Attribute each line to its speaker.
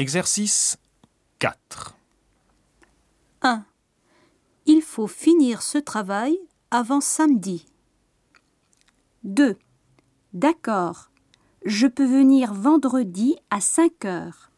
Speaker 1: Exercice 4.
Speaker 2: 1. Il faut finir ce travail avant samedi. 2. D'accord. Je peux venir vendredi à 5 heures.